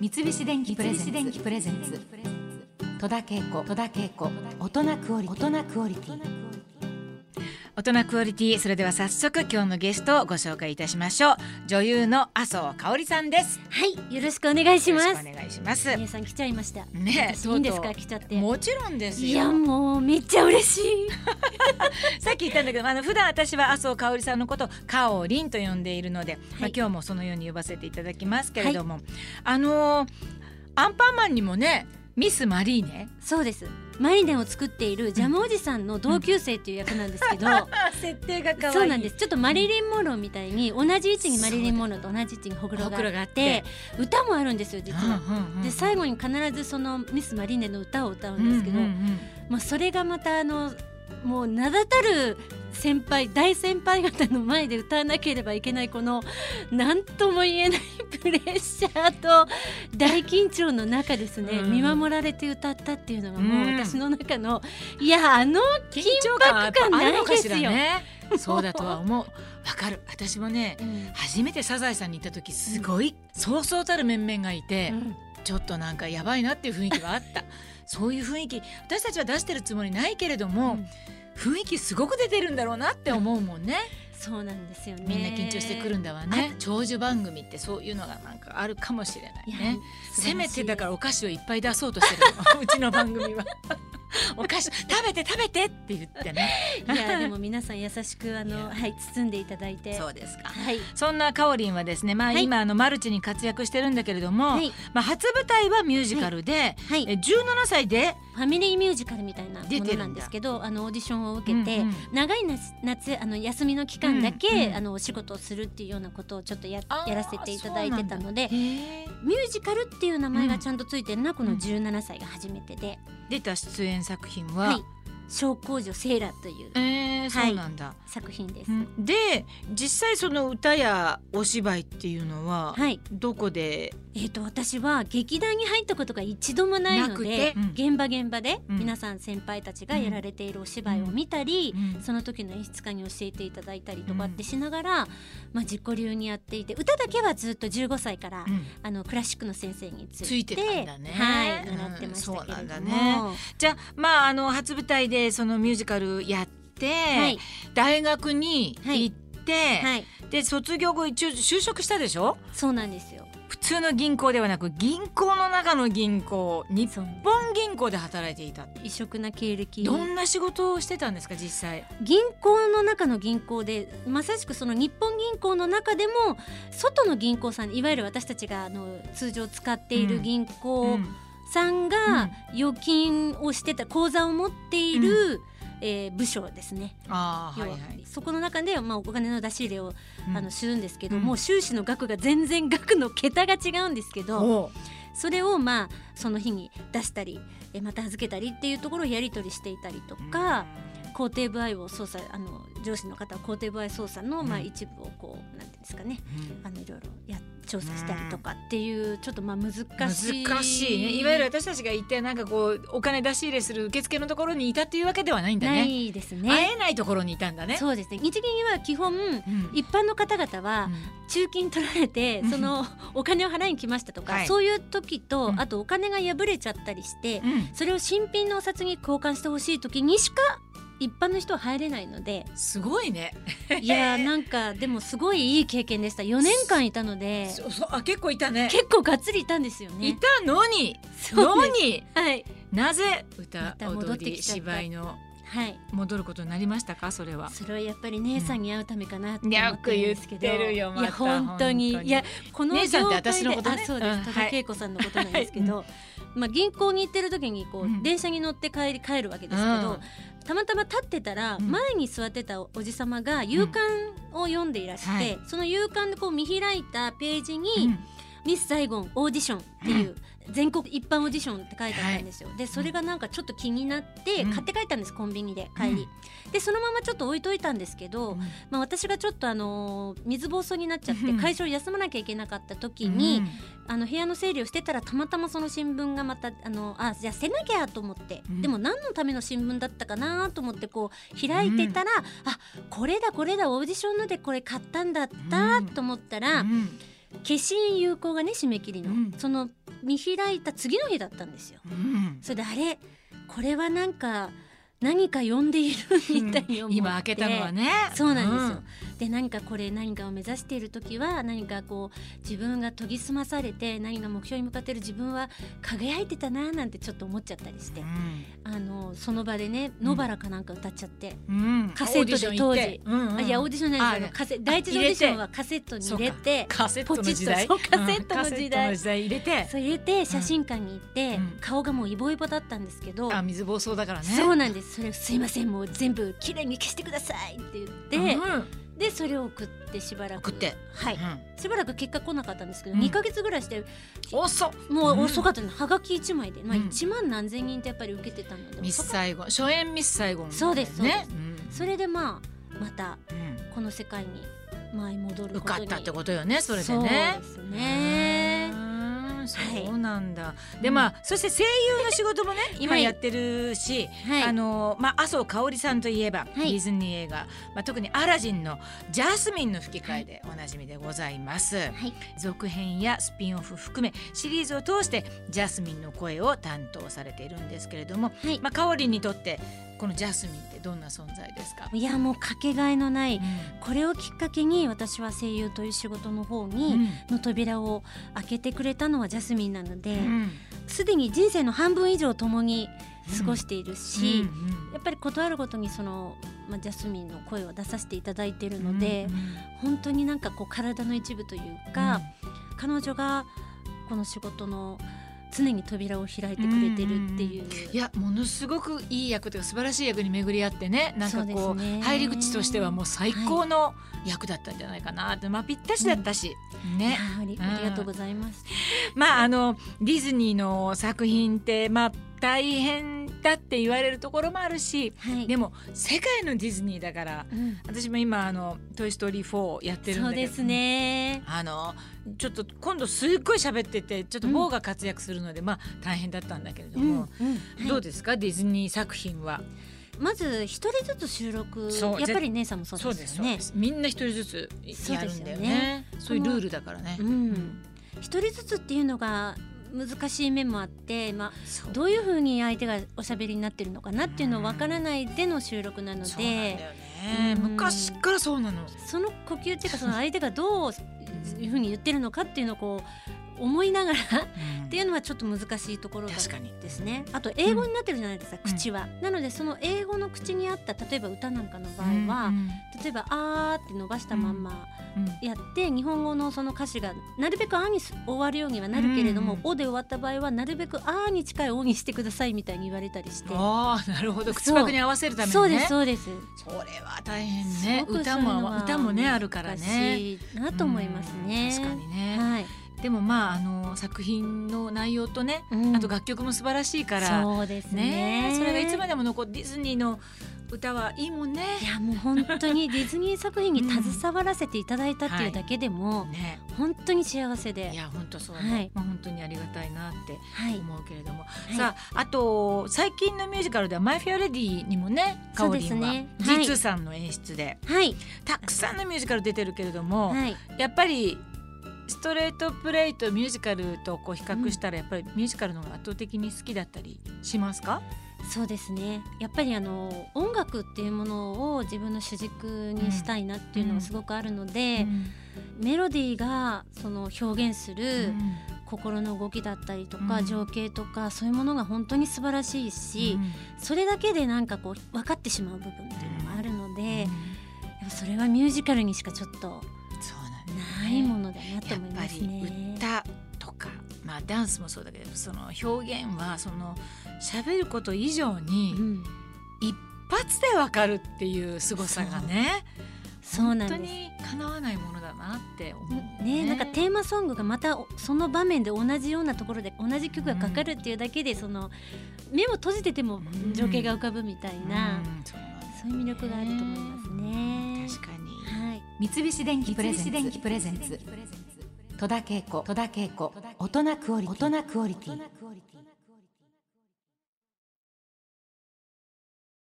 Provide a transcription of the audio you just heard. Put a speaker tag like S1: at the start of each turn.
S1: 三菱電機プレゼンツ戸田恵子戸田恵子大人クオリティ大人クオリティ
S2: 大人クオリティそれでは早速今日のゲストをご紹介いたしましょう女優の麻生香織さんです
S3: はいよろしくお願いします
S2: よろしくお願いします
S3: 皆さん来ちゃいました
S2: ね
S3: 私いいんですか来ちゃって
S2: もちろんですよ
S3: いやもうめっちゃ嬉しい
S2: さっき言ったんだけどあの普段私は麻生香織さんのことをかおりんと呼んでいるので、まあ
S3: はい
S2: 今日もそのように呼ばせていただきますけれども、あのーアンパンマンにもねミスマリーネ
S3: そうですマリネを作っているジャムおじさんの同級生っていう役なんです けど、
S2: 設定が可愛い
S3: そうなんですちょっとマリリン・モローみたいに同じ位置にマリリン・モローと同じ位置にほくろがあ
S2: ほく
S3: っ
S2: ろ
S3: て
S2: があって
S3: 歌もあるんですよ実は、
S2: うんうんうん
S3: で最後に必ずそのミス・マリネの歌を歌うんですけど、
S2: うんうんうん
S3: もうそれがまたあのもう名だたる先輩大先輩方の前で歌わなければいけないこの何とも言えないプレッシャーと大緊張の中ですね、
S2: うん
S3: 見守られて歌ったっていうのがもう
S2: うん
S3: 私の中の、いやあの
S2: 緊張感はやっぱあるのかしらね
S3: よ
S2: そうだとは思うわかる私もね初めてサザエさんに行った時すごいそうそうたる面々がいて、ちょっとなんかやばいなっていう雰囲気があった そういう雰囲気私たちは出してるつもりないけれども、
S3: うん
S2: 雰囲気すごく出てるんだろうなって思うもんね
S3: そうなんですよね
S2: みんな緊張してくるんだわね長寿番組ってそういうのがなんかあるかもしれない
S3: いや
S2: ね
S3: 素晴
S2: せ
S3: ら
S2: め
S3: してい
S2: だからお菓子をいっぱい出そうとしてるのうちの番組は お菓子食べて食べてって言ってね
S3: いやでも皆さん優しく あ
S2: いや
S3: のはい包んでいただいて
S2: そうですか
S3: はい
S2: そんなかおりんはですね、まあ、
S3: はい
S2: 今あのマルチに活躍してるんだけれども、
S3: はい
S2: まあ、初舞台はミュージカルで、
S3: はい
S2: え17歳で
S3: ファミリーミュージカルみたいなも
S2: 出て
S3: の
S2: るんだ
S3: なんですけどあのオーディションを受けて、
S2: うんうん
S3: 長い夏夏あの休みの期間だけ、
S2: うんうん
S3: あのお仕事をするっていうようなことをちょっとや
S2: あー
S3: やらせていただいてたので
S2: へー
S3: ミュージカルっていう名前
S2: う
S3: が
S2: ん
S3: ちゃんとついてるのはこ
S2: う
S3: の
S2: ん
S3: 17歳が初めてで、
S2: 出た出演作品は、
S3: はい、小公女セーラという
S2: えー、そうなんだ、
S3: 作品です。
S2: うんで実際その歌やお芝居っていうのは、
S3: はい、
S2: どこで
S3: えー、と私は劇団に入ったことが一度もないので、
S2: なくて
S3: 現場現場で
S2: うん
S3: 皆さん先輩たちがやられているお芝居を見たり、
S2: うん
S3: その時の演出家に教えていただいたりとかっ
S2: うん
S3: てしながら、まあ、自己流にやっていて歌だけはずっと15歳から、
S2: うん
S3: あのクラシックの先生について
S2: ついてたんだね
S3: はい、
S2: うん
S3: 習ってましたけれども、
S2: そうなんだねじゃあまああの初舞台でそのミュージカルやって、
S3: はい、
S2: 大学に行って、
S3: はい、
S2: で卒業後一応就職したでしょ
S3: そうなんですよ。
S2: 普通の銀行ではなく銀行の中の銀行日
S3: そうなんです
S2: 本銀行で働いていた
S3: 異色な経歴
S2: どんな仕事をしてたんですか実際
S3: 銀行の中の銀行でまさしくその日本銀行の中でも外の銀行さんいわゆる私たちがあの通常使っている銀行
S2: うん
S3: さんが預金をしてた口座を持っている、えー部署ですね、
S2: ああはいは、
S3: 要はいそこの中で、まあ、お金の出し入れを、
S2: うん
S3: あのするんですけど、
S2: うん
S3: もう収支の額が全然額の桁が違うんですけど
S2: おう
S3: それをまあその日に出したりえーまた預けたりっていうところをやり取りしていたりとか。肯定部合を操作あの上司の方は肯定部合操作の、まあ
S2: うん
S3: 一部をこうなんていうんですかね
S2: うん
S3: あのいろいろや調査したりとかっていうちょっとまあ難しい
S2: 難しいねいわゆる私たちが行ってなんかこうお金出し入れする受付のところにいたっていうわけではないんだ
S3: な
S2: ね
S3: いです
S2: 会
S3: ね。
S2: えないところにいたんだね
S3: そうですね日銀は基本
S2: うん
S3: 一般の方々は中金取られて
S2: うん
S3: そのお金を払いに来ましたとか、
S2: はい
S3: そういう時と、
S2: うん
S3: あとお金が破れちゃったりして、
S2: うんうん
S3: それを新品のお札に交換してほしい時にしか一般の人は入れないの で
S2: すごいね
S3: いやーなんかでもすごいいい経験でした4年間いたので
S2: そそあ結構いたね
S3: 結構がっつりいたんですよね。
S2: いたのに
S3: そう
S2: の
S3: です
S2: に
S3: はい
S2: なぜ
S3: ま
S2: 歌
S3: た戻
S2: 踊
S3: って
S2: り
S3: きちゃった
S2: 芝居の
S3: はい。
S2: 戻ることになりましたかそれは。
S3: それはやっぱり姉さんに会うためかなって
S2: うん
S3: 思ってるんですけど。
S2: よく言ってるよ
S3: いや
S2: また
S3: 本当に
S2: 本当に
S3: いやこの
S2: 姉さん
S3: 業
S2: って
S3: 界
S2: 私
S3: で
S2: のことね
S3: あそう
S2: う
S3: で
S2: ん
S3: す。戸
S2: はい
S3: 田恵子さんのことなんですけど、まあ銀行に行ってる時にこう、
S2: うん
S3: 電車に乗って帰り帰るわけですけど、たまたま立ってたら、
S2: うん
S3: 前に座ってたおじさまが夕刊を読んでいらして、
S2: はい
S3: その夕刊でこう見開いたページに、
S2: うん
S3: ミス・サイゴンオーディションっていう全国一般オーディションって書いてあったんですよ、でそれがなんかちょっと気になって
S2: うん
S3: 買って帰ったんです、コンビニで帰り、でそのままちょっと置いといたんですけど、まあ、私がちょっとあのー水暴走になっちゃっ
S2: う
S3: て
S2: ん
S3: 会社を休まなきゃいけなかった時
S2: う
S3: に、
S2: ん
S3: あの部屋の整理をしてたらたまたまその新聞がまたあのあじゃあ捨てなきゃと思って、
S2: うん
S3: でも何のための新聞だったかなと思ってこう開いてたら、あこれだこれだオーディションのでこれ買ったんだったと思ったら、
S2: うん
S3: 消印有効がね締め切りの、
S2: うん
S3: その見開いた次の日だったんですよ。
S2: うん
S3: それであれこれはなんか何か呼んでいるみたいに思って
S2: 今開けたのはね
S3: そうなんですよ、で何かこれ何かを目指している時は何かこう自分が研ぎ澄まされて何か目標に向かってる自分は輝いてたなーなんてちょっと思っちゃったりして、あのその場でね「野バラ」かなんか歌っちゃって、
S2: うんうん
S3: カセットで
S2: オーディション行ってうんうん
S3: あいやオーディションじゃないです
S2: あ
S3: よカセ第一次オーディションはカセットに入れて
S2: カセットの時代
S3: ポチッとそうカセットの時代
S2: うんカセットの時代入れて
S3: そう入れて写真館に行って、
S2: うん
S3: 顔がもうイボイボだったんですけど、
S2: あ水暴走だからね
S3: そうなんですそれすいませんもう全部きれいに消してくださいって言
S2: う
S3: っ
S2: ん
S3: て、でそれを送ってしばらく
S2: 送って
S3: はいしばらく結果来なかったんですけど、
S2: うん
S3: 2ヶ月ぐらいして
S2: うん遅っ
S3: も
S2: うん
S3: う遅かったの、はがき1枚で、まあ、
S2: うん
S3: 1万何千人ってやっぱり受けてたので、
S2: ミスサイゴン初演ミスサイゴン
S3: そうですそうで
S2: ね
S3: すそれでまあまた
S2: うんうん
S3: この世界に舞い戻る
S2: 受
S3: こと
S2: か
S3: に
S2: ったってことよねそれでね
S3: そうです
S2: うー
S3: ね
S2: ん
S3: はい
S2: そうなんだ、でまあそして声優の仕事もね今
S3: はい
S2: やってるし、
S3: はい
S2: あのまあ麻生香織さんといえば、
S3: い
S2: ディズニー映画、まあ、特に「アラジン」のジャスミンの吹き替えでおなじみでございます、
S3: はい
S2: 続編やスピンオフ含めシリーズを通してジャスミンの声を担当されているんですけれども、
S3: はい
S2: まあ、香織にとってこのジャスミンってどんな存在ですか、
S3: いやもうかけがえのない
S2: うん
S3: これをきっかけに私は声優という仕事の方にの扉を開けてくれたのはジャスミンなので
S2: うん
S3: すで、に人生の半分以上共に過ごしているし、
S2: うんうん
S3: やっぱり断るごとにその、まあ、ジャスミンの声を出させていただいているので、本当になんかこう体の一部というか、彼女がこの仕事の常に扉を開いてくれてるっていう。
S2: いやものすごくいい役というか素晴らしい役に巡り合ってねなんか
S3: そ
S2: こう
S3: うですね
S2: 入り口としてはもう最高の役だったんじゃないかなって、まあぴったしだったし、ね
S3: あありありがとうございます。
S2: まああのディズニーの作品ってまあ大変だって言われるところもあるし
S3: はい。
S2: でも世界のディズニーだから
S3: うん
S2: 私も今あの「トイ・ストーリー4」やってるん
S3: そ
S2: だ
S3: う
S2: けど
S3: ですね。
S2: あのちょっと今度すっごい喋っててちょっと某が活躍するので、まあ大変だったんだけれども、
S3: はい
S2: どうですかディズニー作品は。
S3: まず一人ずつ収録
S2: そう
S3: やっぱり姉さんもそうですよね。
S2: そうですみんな一人ずつやるんだよね。そ
S3: そううですよね
S2: いうルールだからね
S3: う。ん、一人ずつっていうのが難しい面もあって、ま
S2: そ
S3: あ、
S2: う
S3: どういうふうに相手がおしゃべりになってるのかなっていうのをわからないでの収録なの
S2: そうなんだ
S3: で
S2: よね。
S3: うん
S2: 昔からそうなの。
S3: その呼吸っていうかその相手がどういうふうに言ってるのかっていうのをこう思いながらっていうのはちょっと難しいところが
S2: 確かに。
S3: ですねあと英語になってるじゃないですか、
S2: うん
S3: 口は。なのでその英語の口に合った例えば歌なんかの場合は、
S2: うん
S3: 例えば「あー」って伸ばしたまんま。
S2: うん
S3: やって日本語のその歌詞がなるべく「あ」に終わるようにはなるけれども「
S2: うん
S3: お」で終わった場合はなるべく「あ」に近い「お」にしてくださいみたいに言われたりして。
S2: ああなるほど
S3: そう
S2: 口パクに合わせるためにね。
S3: そうですそうです。
S2: それは大変ね。
S3: すごく
S2: 歌
S3: そういうの
S2: も
S3: は
S2: 歌もねあるから
S3: 難
S2: ね。
S3: しいなと思いますね。
S2: うん確かにね。
S3: はい。
S2: でもまああの作品の内容とね、
S3: うん
S2: あと楽曲も素晴らしいから。
S3: そうですね
S2: ねえそれがいつま
S3: で
S2: でも残るディズニーの歌はいいもんね。
S3: いやもう本当にディズニー作品に携わらせていただいたっていうだけ でも
S2: ね、
S3: 本当に幸せ
S2: い
S3: で、
S2: や本当そうね、
S3: はい
S2: まあ本当にありがたいなって
S3: はい、
S2: 思うけれども、
S3: い
S2: さああと最近のミュージカルでは「マイ・フェア・レディ」にもねか
S3: そう
S2: お
S3: で
S2: り
S3: す
S2: んは、
S3: ねはい
S2: G2 さんの演出で
S3: はい、
S2: たくさんのミュージカル出てるけれども、
S3: はい、
S2: やっぱりストレートプレイとミュージカルとこう比較したらやっぱりミュージカルの方が圧倒的に好きだったりしますか、
S3: そうですねやっぱりあの音楽っていうものを自分の主軸にしたいなっていうのがすごくあるので、メロディーがその表現す
S2: う
S3: る
S2: ん
S3: 心の動きだったりとか、
S2: うん
S3: 情景とかそういうものが本当に素晴らしいし
S2: う、ん
S3: それだけでなんかこう分かってしまう部分っていうのがあるので、やっぱそれはミュージカルにしかちょっと
S2: そうなんだよね
S3: ないものだなと
S2: やっ
S3: 思い
S2: ぱ
S3: ます
S2: り
S3: ね。
S2: 歌とか、まあ、ダンスもそうだけどその表現はその喋ること以上
S3: う
S2: に
S3: ん、
S2: 一発でわかるっていう凄さがね
S3: そうなん
S2: 本当
S3: です
S2: にかなわないものだなって思う
S3: ねなんかテーマソングがまたおその場面で同じようなところで同じ曲がかかるっていうだけで、その目を閉じてても
S2: うん
S3: 情景が浮かぶみたいな、
S2: うんそうなんだ
S3: そういう魅力があると思いますね。
S2: 確かに
S3: はい、
S1: 三菱電機プレゼンツ
S4: 三菱電機プレゼンツ
S1: 戸田恵子戸田恵子大人クオリティ大人クオリティ